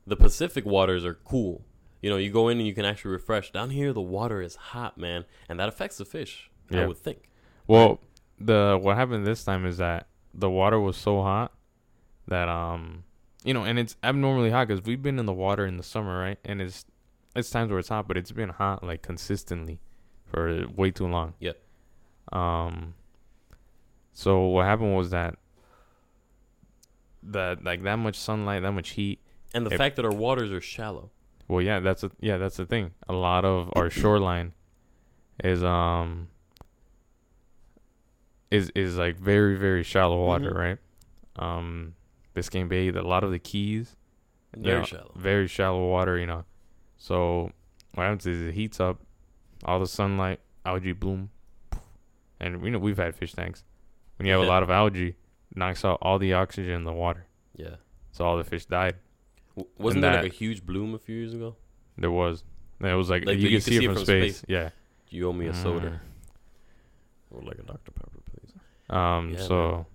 A: the Pacific waters are cool. You know, you go in and you can actually refresh. Down here, the water is hot, man, and that affects the fish. I
B: Yeah.
A: would think.
B: Well, the what happened this time is that the water was so hot that um, you know, and it's abnormally hot because we've been in the water in the summer, right? And it's it's times where it's hot, but it's been hot like consistently for way too long.
A: Yeah.
B: Um. So what happened was that that like that much sunlight, that much heat.
A: And the
B: It-
A: fact that our waters are shallow.
B: Well, yeah, that's a, yeah, that's the thing. A lot of our shoreline is um is is like very very shallow water,
A: Mhm.
B: right? Um, Biscayne Bay, the, a lot of the keys, you
A: Very
B: know,
A: shallow.
B: very shallow water, you know. So what happens is it heats up, all the sunlight, algae bloom, and you know we've had fish tanks. When you have
A: Yeah.
B: a lot of algae, knocks out all the oxygen in the water,
A: Yeah.
B: so all the fish died.
A: W- wasn't
B: And
A: there like
B: that-
A: a huge bloom a few years ago?
B: There was, it was like,
A: Like,
B: you, could see, it from, space. Yeah.
A: You owe me a soda.
B: Mm.
A: Or like a Dr. Pepper, please.
B: Um.
A: Yeah,
B: so,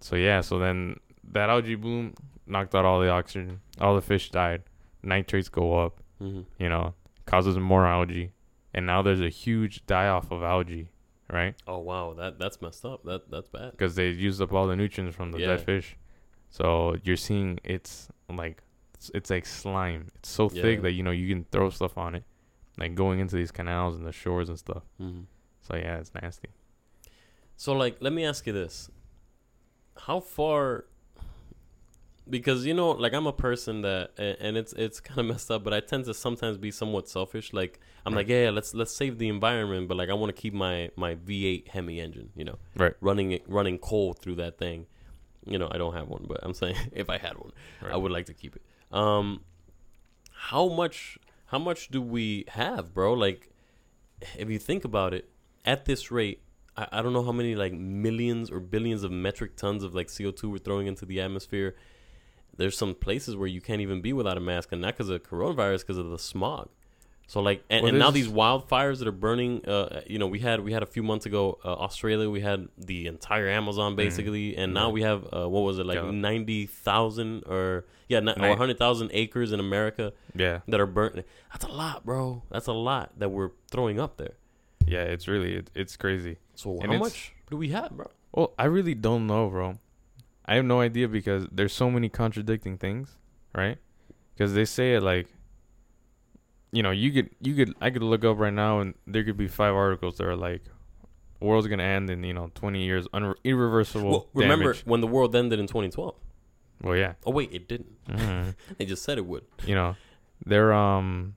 B: so yeah. So then that algae bloom knocked out all the oxygen. All the fish died. Nitrates go up.
A: Mm-hmm.
B: You know, causes more algae, and now there's a huge die off of algae, right?
A: Oh wow, that that's messed up. That that's bad.
B: Because they used up all the nutrients from the dead
A: Yeah.
B: fish. So you're seeing it's like it's, it's like slime. It's so
A: Yeah.
B: thick that you know you can throw stuff on it, like going into these canals and the shores and stuff.
A: Mm-hmm.
B: So yeah, it's nasty.
A: So like, let me ask you this: How far? Because you know, like I'm a person that, a- and it's it's kind of messed up, but I tend to sometimes be somewhat selfish. Like I'm
B: Right.
A: like, yeah, yeah, let's let's save the environment, but like I want to keep my my V8 Hemi engine, you know,
B: Right.
A: Running it running coal through that thing. You know, I don't have one, but I'm saying if I had one,
B: Right.
A: I would like to keep it. Um, how much how much do we have, bro? Like, if you think about it, at this rate, I, I don't know how many like millions or billions of metric tons of like CO two we're throwing into the atmosphere. There's some places where you can't even be without a mask, and not because of coronavirus, because of the smog. So like, and,
B: Well,
A: and now
B: there's-
A: these wildfires that are burning. Uh, you know, we had we had a few months ago uh, Australia. We had the entire
B: Mm-hmm.
A: Amazon basically, and now
B: Yeah.
A: we have uh, what was it like
B: Yeah. ninety
A: ninety thousand or yeah, ni-
B: Ni-
A: or hundred thousand acres in America
B: Yeah,
A: that are burnt. That's a lot, bro. That's a lot that we're throwing up there.
B: yeah. It's really it, it's crazy.
A: So
B: And
A: how
B: it's-
A: much do we have, bro?
B: Well, I really don't know, bro. I have no idea because there's so many contradicting things, right? Because they say it like, you know, you could you could I could look up right now and there could be five articles that are like, world's gonna end in you know 20 years, un- irreversible.
A: Well, remember
B: damage.
A: when the world ended in 2012?
B: Well, yeah.
A: Oh wait, it didn't.
B: Mhm.
A: They just said it would.
B: you know, there um,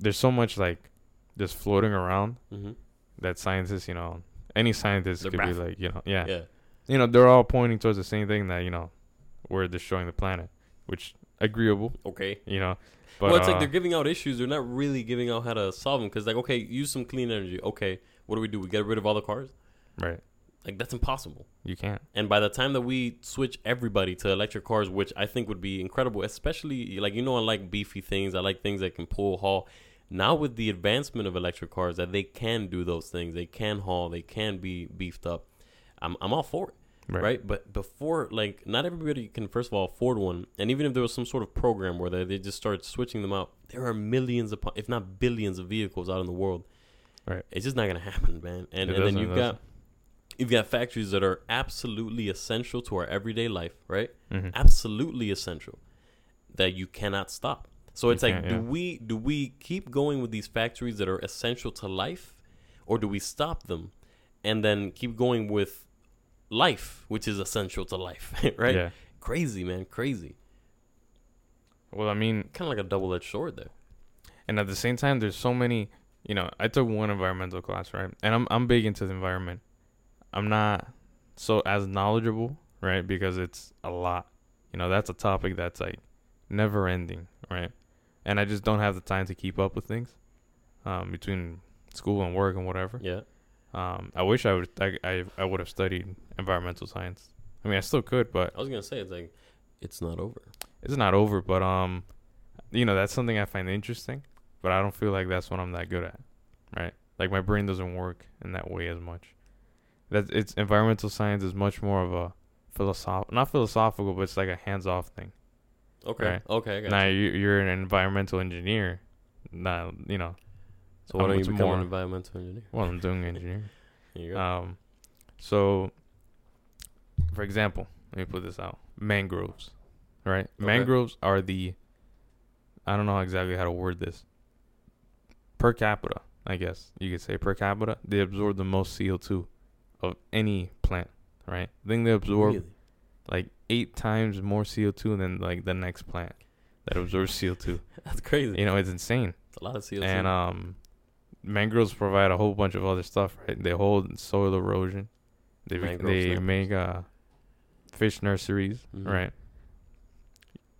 B: there's so much like, just floating around
A: hmm
B: that scientists, you know, any scientist
A: They're
B: could be
A: baffled.
B: like, you know,
A: Yeah.
B: you know, they're all pointing towards the same thing that, you know, we're destroying the planet, which agreeable,
A: Okay.
B: you know. But
A: Well, it's like
B: uh,
A: they're giving out issues. They're not really giving out how to solve them. Because like, okay, use some clean energy. Okay, what do we do? We get rid of all the cars?
B: right.
A: Like that's impossible.
B: You can't.
A: And by the time that we switch everybody to electric cars, which I think would be incredible, especially like you know, I like beefy things. I like things that can pull, haul. Now with the advancement of electric cars, that they can do those things. They can haul. They can be beefed up. I'm I'm all for it,
B: Right.
A: right? But before, like, not everybody can first of all afford one. And even if there was some sort of program where they, they just start switching them out, there are millions upon, if not billions, of vehicles out in the world.
B: Right.
A: It's just not gonna happen, man. And and
B: It
A: then
B: doesn't, it
A: you've got you've got factories that are absolutely essential to our everyday life, right?
B: Mhm.
A: Absolutely essential that you cannot stop. So
B: You
A: it's like,
B: can't,
A: do
B: yeah.
A: we do we keep going with these factories that are essential to life, or do we stop them and then keep going with life, which is essential to life, right?
B: Yeah.
A: Crazy, man, crazy.
B: Well, I mean,
A: Kind of like a double-edged sword there.
B: and at the same time, there's so many. You know, I took one environmental class, right? And I'm I'm big into the environment. I'm not so as knowledgeable, right? Because it's a lot. You know, that's a topic that's like never ending, right? And I just don't have the time to keep up with things, um, between school and work and whatever.
A: Yeah.
B: Um, I wish I would I I, I would have studied environmental science. I mean, I still could, but
A: I was gonna say it's like, it's not over.
B: it's not over. But um, you know, that's something I find interesting. But I don't feel like that's what I'm that good at, right? Like my brain doesn't work in that way as much. That it's environmental science is much more of a philosoph not philosophical, but it's like a hands off thing.
A: Okay.
B: Right.
A: Okay. I got
B: Now
A: you.
B: you, you're an environmental engineer. Now you know
A: So why
B: I'm
A: don't you
B: much
A: become
B: more-
A: an environmental engineer?
B: well I'm doing engineering.
A: There you go.
B: Um, so, for example, let me put this out: mangroves, right? Mangroves are the, I don't know exactly how to word this. Per capita, I guess you could say per capita, they absorb the most CO two of any plant, right? I think they absorb
A: Really?
B: like eight times more CO two than like the next plant that absorbs CO two.
A: That's crazy.
B: You know, it's insane.
A: It's a lot of CO2.
B: And um, mangroves provide a whole bunch of other stuff, right? They hold soil erosion. They bec-
A: Mangroves,
B: they
A: mangroves.
B: make uh, fish nurseries,
A: Mhm.
B: right?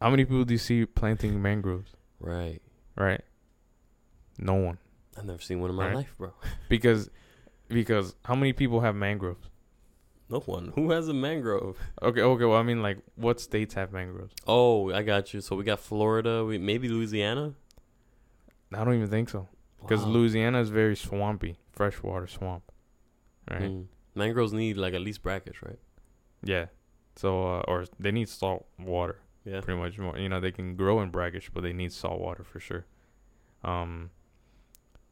B: How many people do you see planting mangroves,
A: right.
B: right? No one,
A: I've never seen one in my
B: Right.
A: life, bro.
B: because because how many people have mangroves?
A: No one. Who has a mangrove?
B: Okay, okay. Well, I mean, like, what states have mangroves?
A: Oh, I got you. So we got Florida. We maybe Louisiana.
B: I don't even think so, because
A: Wow.
B: Louisiana is very swampy, freshwater swamp, right?
A: Mm. mangroves need like at least brackish, right?
B: Yeah. So, uh, or they need salt water.
A: Yeah.
B: pretty much more. You know, they can grow in brackish, but they need salt water for sure. Um,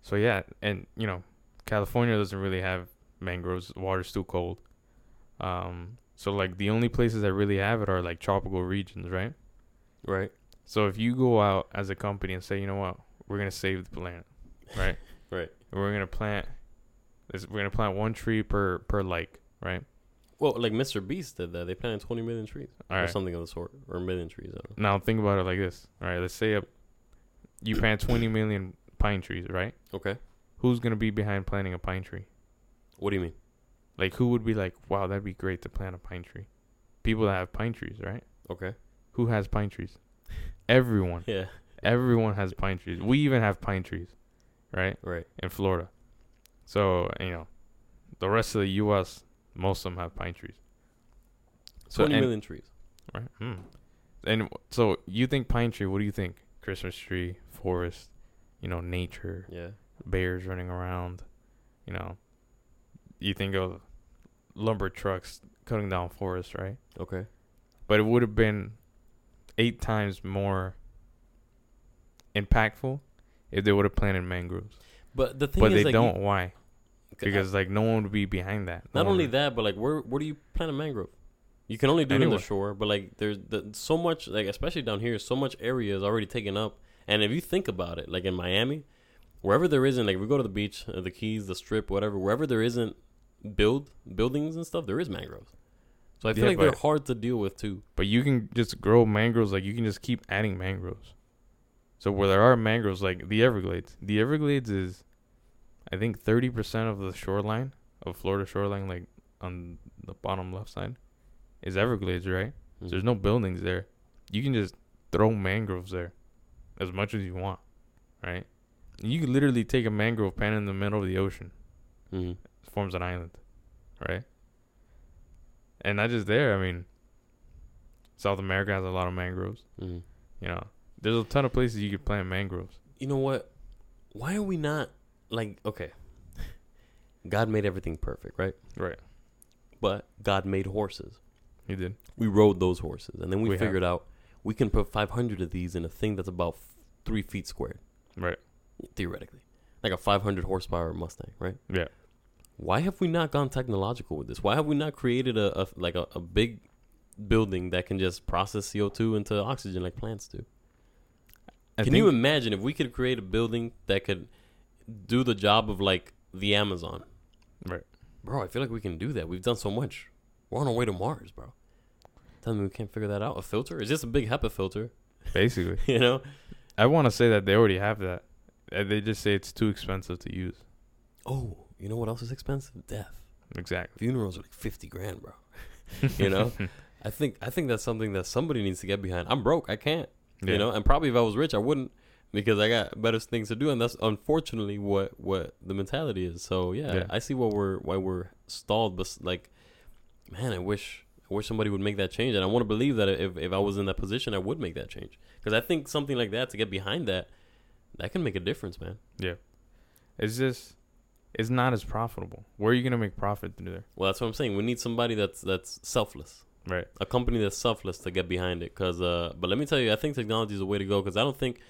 B: so yeah, and you know, California doesn't really have mangroves. Water's too cold. Um, so like the only places that really have it are like tropical regions, right?
A: Right.
B: So if you go out as a company and say, you know what, we're gonna save the planet, right?
A: Right.
B: We're gonna plant this. We're gonna plant one tree per per lake, right?
A: Well, like Mr. Beast did that. They planted 20 million trees
B: All
A: or
B: right.
A: something of the sort, or a million trees. I don't
B: Now think about it like this. All right, let's say a, you plant 20 million pine trees, right?
A: know. Okay.
B: who's gonna be behind planting a pine tree?
A: What do you mean?
B: Like who would be like, wow, that'd be great to plant a pine tree? People that have pine trees, right?
A: Okay.
B: Who has pine trees? Everyone,
A: Yeah.
B: everyone has pine trees. We even have pine trees, right?
A: Right.
B: In Florida. So, you know, the rest of the US, most of them have pine trees. So,
A: Twenty
B: and-
A: million trees.
B: Right. Mm. And w- so you think pine tree? What do you think? Christmas tree, forest, you know, nature,
A: Yeah.
B: bears running around, you know. You think of lumber trucks cutting down forests, right?
A: Okay.
B: But it would have been eight times more impactful if they would have planted mangroves.
A: But the thing
B: But
A: is,
B: they
A: like, you-
B: don't. Why?
A: okay, I-
B: Because like no one would be behind that. No
A: not
B: one
A: only
B: would-
A: that, but like where where do you plant a mangrove? You can only do it on
B: Anywhere.
A: the shore, but like there's the, so much like especially down here, so much area is already taken up. And if you think about it, like in Miami, wherever there isn't like if we go to the beach, uh, the Keys, the Strip, whatever, wherever there isn't build buildings and stuff, there is mangroves. So I feel
B: Yeah,
A: like they're
B: but-
A: hard to deal with too.
B: But you can just grow mangroves, like you can just keep adding mangroves. So where there are mangroves, like the Everglades, the Everglades is, I think, thirty percent of the shoreline of Florida shoreline, like on the bottom left side, is Everglades, right? So there's no buildings there. You can just throw mangroves there, as much as you want, right? You could literally take a mangrove pan in the middle of the ocean
A: hmm
B: forms an island, right? And not just there. I mean, South America has a lot of mangroves.
A: hmm
B: You know, there's a ton of places you could plant mangroves.
A: you know what? Why are we not like okay? God made everything perfect, right?
B: Right.
A: But God made horses.
B: You did.
A: We rode those horses, and then we,
B: We have.
A: figured out we can put 500 of these in a thing that's about f- three feet squared,
B: Right.
A: theoretically, like a 500 horsepower Mustang, right?
B: Yeah.
A: Why have we not gone technological with this? Why have we not created a, a like a, a big building that can just process CO2 into oxygen like plants do?
B: I
A: can
B: think-
A: you imagine if we could create a building that could do the job of like the Amazon?
B: Right.
A: Bro, I feel like we can do that. We've done so much. We're on our way to Mars, bro. Tell me we can't figure that out. A filter? Is this a big HEPA filter?
B: basically,
A: you know?
B: I want to say that they already have that. Uh, They just say it's too expensive to use.
A: Oh, you know what else is expensive? Death.
B: Exactly.
A: Funerals are like fifty grand, bro. you know? I think I think that's something that somebody needs to get behind. I'm broke. I can't.
B: Yeah.
A: You know, and probably if I was rich I wouldn't because I got better things to do and that's unfortunately what what the mentality is. So yeah,
B: Yeah.
A: I see why we're why we're stalled but s- like man, I wish I wish somebody would make that change and I want to believe that if if I was in that position I would make that change because I think something like that to get behind that that can make a difference, man.
B: It's just, it's not as profitable. Where are you gonna make profit through there?
A: Well, that's what I'm saying. We need somebody that's that's selfless.
B: Right.
A: a company that's selfless to get behind it. Cause, uh, but let me tell you, I think technology is the way to go. Cause I don't think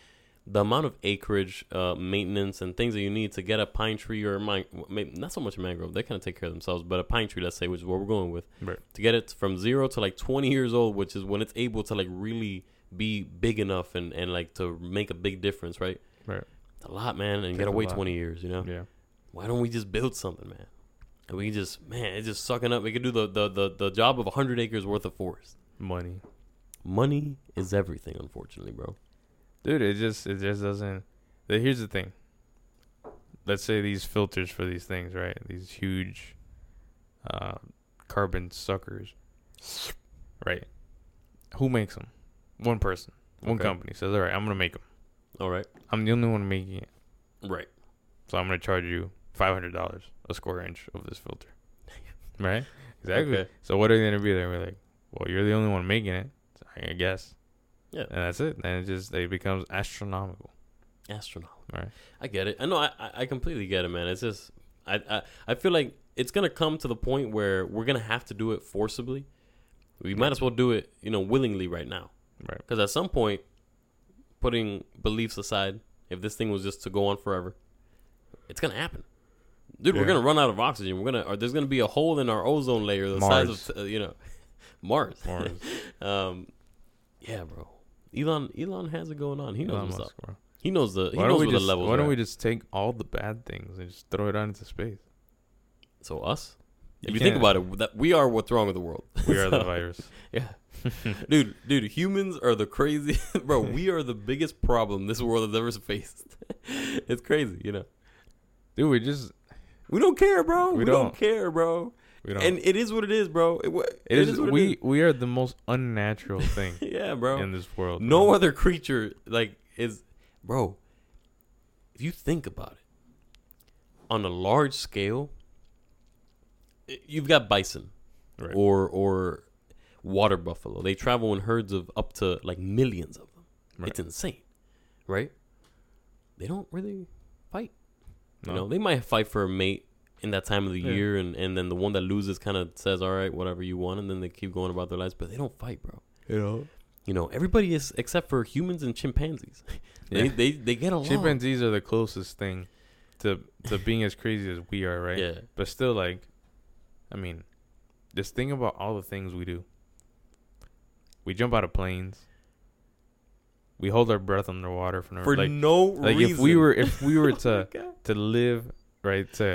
A: the amount of acreage, uh, maintenance, and things that you need to get a pine tree or a man- maybe not so much a mangrove, they kind of take care of themselves. But a pine tree, let's say, which is what we're going with,
B: Right.
A: to get it from zero to like 20 years old, which is when it's able to like really be big enough and and like to make a big difference, right?
B: Right.
A: It's a lot, man, and you
B: Takes
A: gotta
B: a
A: wait
B: lot.
A: 20 years, you know
B: Yeah.
A: why don't we just build something, man? And we can just, man, it's just sucking up. We could do the, the, the, the job of 100 acres worth of forest.
B: Money.
A: Money is everything, unfortunately, bro.
B: dude it just it just doesn't the- here's the thing let's say these filters for these things right these huge uh, carbon suckers right who makes them one person one
A: Okay.
B: company says all right i'm gonna make them
A: All right.
B: i'm the only one making it
A: Right.
B: so i'm gonna charge you $500 a square inch of this filter right exactly
A: Okay.
B: so what are they gonna be there we're like well you're the only one making it i guess
A: Yeah.
B: and that's it and it just it becomes astronomical
A: Astronomical.
B: Right.
A: I get it. I know. I, I I completely get it, man. It's just, I, I, I feel like it's going to come to the point where we're going to have to do it forcibly. We might as well do it, you know, willingly right now.
B: right
A: Because at some point, putting beliefs aside, if this thing was just to go on forever, it's gonna happen. Dude, we're
B: Yeah.
A: gonna run out of oxygen. We're gonna, or there's gonna be a hole in our ozone layer the size
B: Mars.
A: of, uh, you know, Mars.
B: Or-
A: Um, yeah, bro. Elon, Elon has it going on. He knows
B: Elon
A: what's up.
B: Musk, bro.
A: He knows the. He
B: Why
A: knows
B: don't we
A: what
B: just
A: the levels.
B: Why
A: are.
B: don't we just take all the bad things and just throw it out into space?
A: so us. If
B: You
A: you think
B: can't-
A: about it, that we are what's wrong with the world.
B: We are the
A: So-
B: virus.
A: Yeah. dude, dude, humans are the crazy bro, we are the biggest problem this world has ever faced. it's crazy, you know.
B: Dude, we just
A: We don't care, bro. We,
B: We
A: don't.
B: don't.
A: care, bro.
B: We don't.
A: and it is what it is, bro. It, wa-
B: it is,
A: what
B: we we are the most unnatural thing
A: is. yeah, bro.
B: in this world.
A: no
B: bro.
A: other creature like is bro if you think about it on a large scale i- you've got bison
B: Right.
A: or or water buffalo they travel in herds of up to like millions of them
B: Right.
A: it's insane right they don't really fight
B: No.
A: you know they might fight for a mate in that time of the
B: Yeah.
A: year and and then the one that loses kind of says all right whatever you want and then they keep going about their lives but they don't fight bro
B: You know.
A: you know, everybody is except for humans and chimpanzees. they,
B: Yeah.
A: they they get along.
B: Chimpanzees are the closest thing to to being as crazy as we are, right?
A: Yeah.
B: But still, like, I mean, just think about all the things we do. We jump out of planes. We hold our breath underwater for no
A: For
B: like
A: no
B: like
A: reason.
B: if we were if we were to
A: Okay.
B: to live right to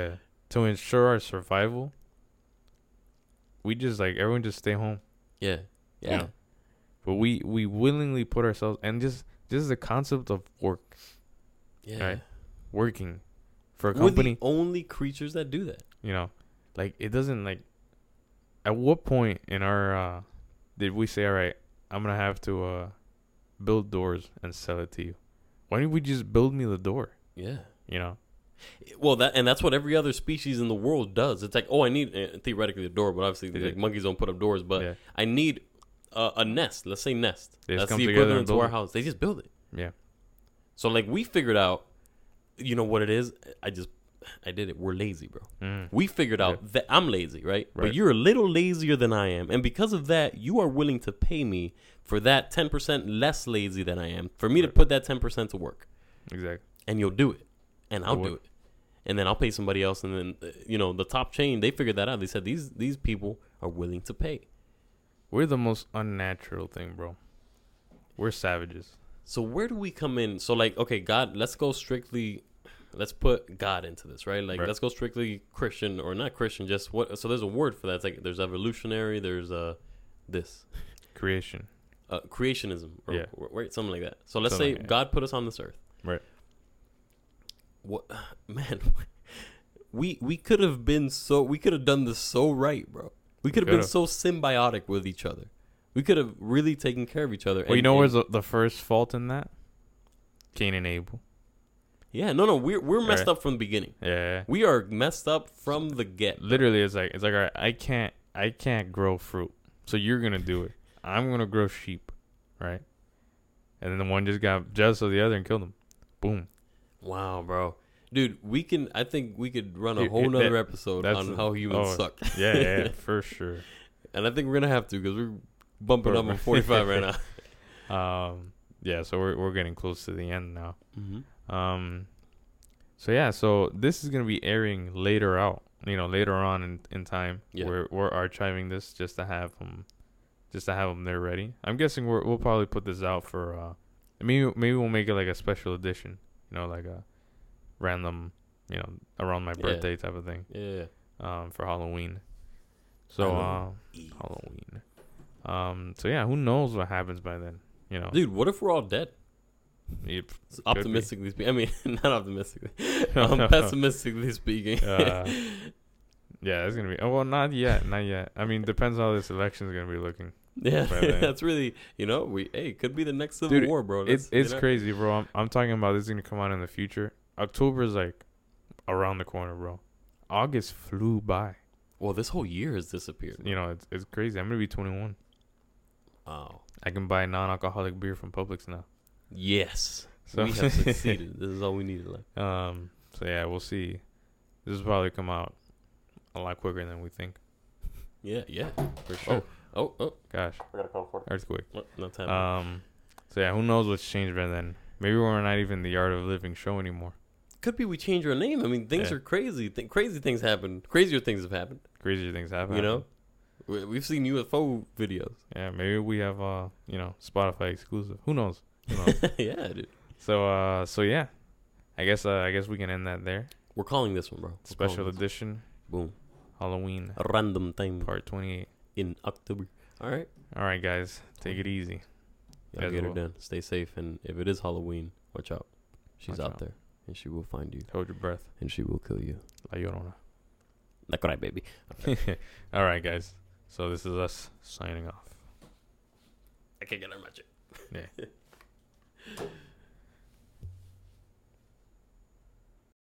B: to ensure our survival. We just like everyone just stay home.
A: Yeah.
B: you
A: Yeah.
B: know? But we we willingly put ourselves and just just the concept of work
A: Yeah.
B: Right. working for a
A: We're
B: company
A: the only creatures that do that.
B: you know like it doesn't like at what point in our uh did we say all right i'm gonna have to uh build doors and sell it to you why didn't we just build me the door
A: Yeah.
B: you know
A: Well, that and that's what every other species in the world does. It's like, oh, I need uh, theoretically a door, but obviously
B: Yeah.
A: like, monkeys don't put up doors. But
B: Yeah.
A: I need uh, a nest. Let's say nest.
B: They just
A: that's
B: come
A: the
B: together
A: equivalent
B: and
A: to
B: build
A: our
B: it.
A: house. They just build it.
B: yeah
A: So like we figured out, you know what it is. I just I did it. We're lazy, bro.
B: mm.
A: We figured out
B: Yeah.
A: that I'm lazy, right? But
B: Right.
A: you're a little lazier than I am. And because of that, you are willing to pay me for that 10% less lazy than I am for me to
B: Right.
A: put that 10% to work.
B: exactly
A: And you'll do it. And I'll
B: will.
A: do it. And then I'll pay somebody else. And then, uh, you know, the top chain, they figured that out. They said these, these people are willing to pay.
B: we're the most unnatural thing bro we're savages
A: So where do we come in? So like, okay, God, let's go strictly. Let's put God into this, right? Like,
B: Right.
A: let's go strictly Christian or not Christian. Just what? So there's a word for that. It's like there's evolutionary. There's uh, this.
B: creation
A: uh, creationism or,
B: Yeah.
A: or- right, something like that. So let's
B: Something
A: say
B: like that.
A: God put us on this earth.
B: Right.
A: What man, we we could have been so we could have done this so right, bro. We could have been so
B: coulda.
A: symbiotic with each other. We could have really taken care of each other.
B: well you know where's the, the first fault in that cain and abel
A: Yeah, no, no, we're we're messed
B: Alright.
A: up from the beginning.
B: yeah
A: We are messed up from the get.
B: literally it's like it's like all right, I can't I can't grow fruit. So you're gonna do it. I'm gonna grow sheep, right? And then the one just got jealous of the other and killed him. Boom.
A: Wow, bro. Dude, we can. I think we could run a
B: Dude,
A: whole
B: it-
A: nother
B: that-
A: episode
B: that's
A: on
B: the-
A: how humans
B: oh.
A: suck,
B: Yeah, yeah, for sure.
A: and I think we're gonna have to because we're bumping up on
B: Perfect.
A: forty-five right now.
B: Um, yeah. So we're we're getting close to the end now.
A: mm-hmm.
B: Um, so yeah. So this is gonna be airing later out. You know, later on in, in time.
A: Yeah.
B: We're we're archiving this just to have them, just to have them there ready. I'm guessing we're, we'll probably put this out for uh, maybe maybe we'll make it like a special edition. You know, like a random, you know, around my
A: Yeah.
B: birthday type of thing.
A: Yeah.
B: Um, for Halloween. So
A: Halloween.
B: uh, Halloween. Um. So yeah, who knows what happens by then? You know,
A: Dude, what if we're all dead?
B: If-
A: Optimistically speaking, I mean, not optimistically, um, pessimistically speaking.
B: Uh, yeah, it's gonna be. Oh well, not yet, not yet. I mean, depends how this election is gonna be looking.
A: yeah,
B: right, right.
A: that's really, you know, we hey, it could be the next civil
B: Dude,
A: war, bro.
B: It's
A: Let's- you
B: it's
A: know,
B: crazy, bro. I'm I'm talking about this is gonna come out in the future. October is like around the corner, bro. August flew by.
A: Well, this whole year has disappeared.
B: You know, it's it's crazy. I'm gonna be 21.
A: Wow.
B: I can buy non-alcoholic beer from Publix now.
A: Yes,
B: So
A: we have succeeded. this is all we needed. Like,
B: um. So yeah, we'll see. This will probably come out a lot quicker than we think.
A: yeah, yeah, for sure. Oh, oh,
B: Gosh,
A: I gotta call for
B: earthquake.
A: it. No time.
B: Um. So yeah, who knows what's changed by then? Maybe we're not even the art of living show anymore.
A: could be we change our name. I mean, things
B: yeah.
A: are crazy. Th- crazy things happen. Crazier things have happened.
B: Crazier things happen.
A: You know, we- we've seen UFO videos.
B: Yeah, maybe we have uh, you know, Spotify exclusive. Who knows? Who knows?
A: yeah, dude.
B: so uh, so yeah, I guess uh, I guess we can end that there.
A: We're calling this one, bro. We're calling
B: Special
A: this one.
B: edition
A: Boom.
B: Halloween
A: A random time
B: part twenty eight.
A: in October. All right.
B: All right, guys, take it easy.
A: Y'all
B: As
A: get her
B: well.
A: done. Stay safe. And if it is Halloween, watch out. She's
B: Watch
A: out
B: out.
A: there. And she will find you.
B: Hold your breath.
A: And she will kill you.
B: La Llorona.
A: Like, all right, baby.
B: All right, guys. So this is us signing off.
A: I can't get her magic.
B: Yeah.